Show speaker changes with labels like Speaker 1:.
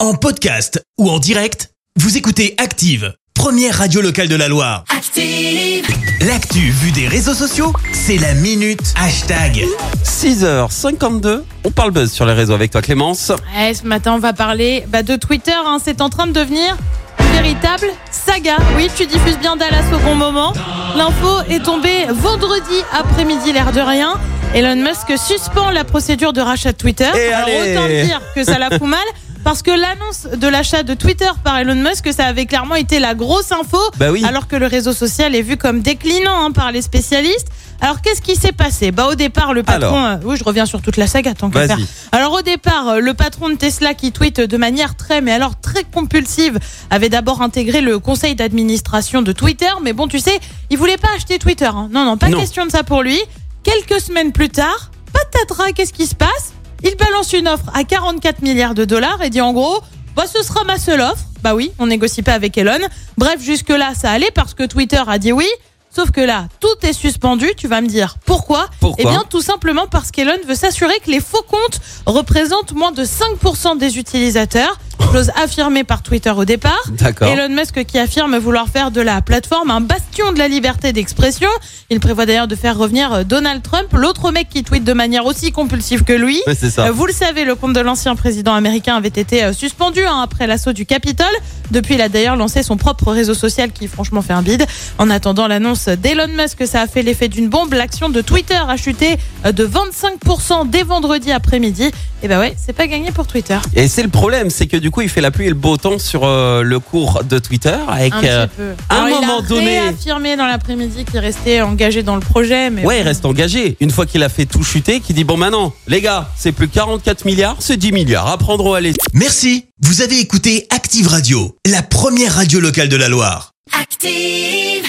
Speaker 1: En podcast ou en direct, vous écoutez Active, première radio locale de la Loire.
Speaker 2: Active,
Speaker 1: L'actu vue des réseaux sociaux, c'est la minute hashtag.
Speaker 3: 6h52, on parle buzz sur les réseaux avec toi Clémence.
Speaker 4: Ouais, Eh, ce matin, on va parler bah, de Twitter. hein. C'est en train de devenir une véritable saga. Oui, tu diffuses bien Dallas au bon moment. L'info est tombée vendredi après-midi, l'air de rien. Elon Musk suspend la procédure de rachat de Twitter.
Speaker 3: Et
Speaker 4: Alors,
Speaker 3: allez
Speaker 4: autant dire que ça la fout mal. Parce que l'annonce de l'achat de Twitter par Elon Musk, ça avait clairement été la grosse info.
Speaker 3: Bah oui.
Speaker 4: Alors que le réseau social est vu comme déclinant hein, par les spécialistes. Alors qu'est-ce qui s'est passé Bah au départ, le patron. euh, oui, je reviens sur toute la saga tant qu'à
Speaker 3: Vas-y.
Speaker 4: faire. Alors au départ, euh, le patron de Tesla qui tweet de manière très, mais alors très compulsive, avait d'abord intégré le conseil d'administration de Twitter, mais bon, tu sais, il voulait pas acheter Twitter. hein. Non, non, pas
Speaker 3: Non.
Speaker 4: question de ça pour lui. Quelques semaines plus tard, patatras, hein, qu'est-ce qui se passe Il balance une offre à 44 milliards de dollars et dit en gros, bah ce sera ma seule offre. Bah oui, on négocie pas avec Elon. Bref, jusque-là, ça allait parce que Twitter a dit oui. Sauf que là, tout est suspendu. Tu vas me dire pourquoi
Speaker 3: Pourquoi
Speaker 4: Eh bien, tout simplement parce qu'Elon veut s'assurer que les faux comptes représentent moins de 5% des utilisateurs. Chose affirmée par Twitter au départ.
Speaker 3: D'accord.
Speaker 4: Elon Musk qui affirme vouloir faire de la plateforme un bastion de la liberté d'expression. Il prévoit d'ailleurs de faire revenir euh, Donald Trump, l'autre mec qui tweet de manière aussi compulsive que lui.
Speaker 3: Ouais, c'est ça.
Speaker 4: Euh, Vous le savez, le compte de l'ancien président américain avait été euh, suspendu hein, après l'assaut du Capitole. Depuis, il a d'ailleurs lancé son propre réseau social qui, franchement, fait un bide. En attendant l'annonce d'Elon Musk, ça a fait l'effet d'une bombe. L'action de Twitter a chuté euh, de 25% dès vendredi après-midi. Et bah ouais, c'est pas gagné pour Twitter.
Speaker 3: Et c'est le problème, c'est que du coup il fait la pluie et le beau temps sur euh, le cours de Twitter avec...
Speaker 4: Un
Speaker 3: euh,
Speaker 4: petit peu.
Speaker 3: à un
Speaker 4: Alors,
Speaker 3: moment
Speaker 4: il a
Speaker 3: donné-
Speaker 4: réaffirmé dans l'après-midi qu'il restait engagé dans le projet. Mais
Speaker 3: Ouais, il reste engagé. Une fois qu'il a fait tout chuter, qu'il dit bon maintenant, les gars, c'est plus 44 milliards, c'est 10 milliards. À prendre ou à laisser.
Speaker 1: Merci, vous avez écouté Active Radio, la première radio locale de la Loire.
Speaker 2: active.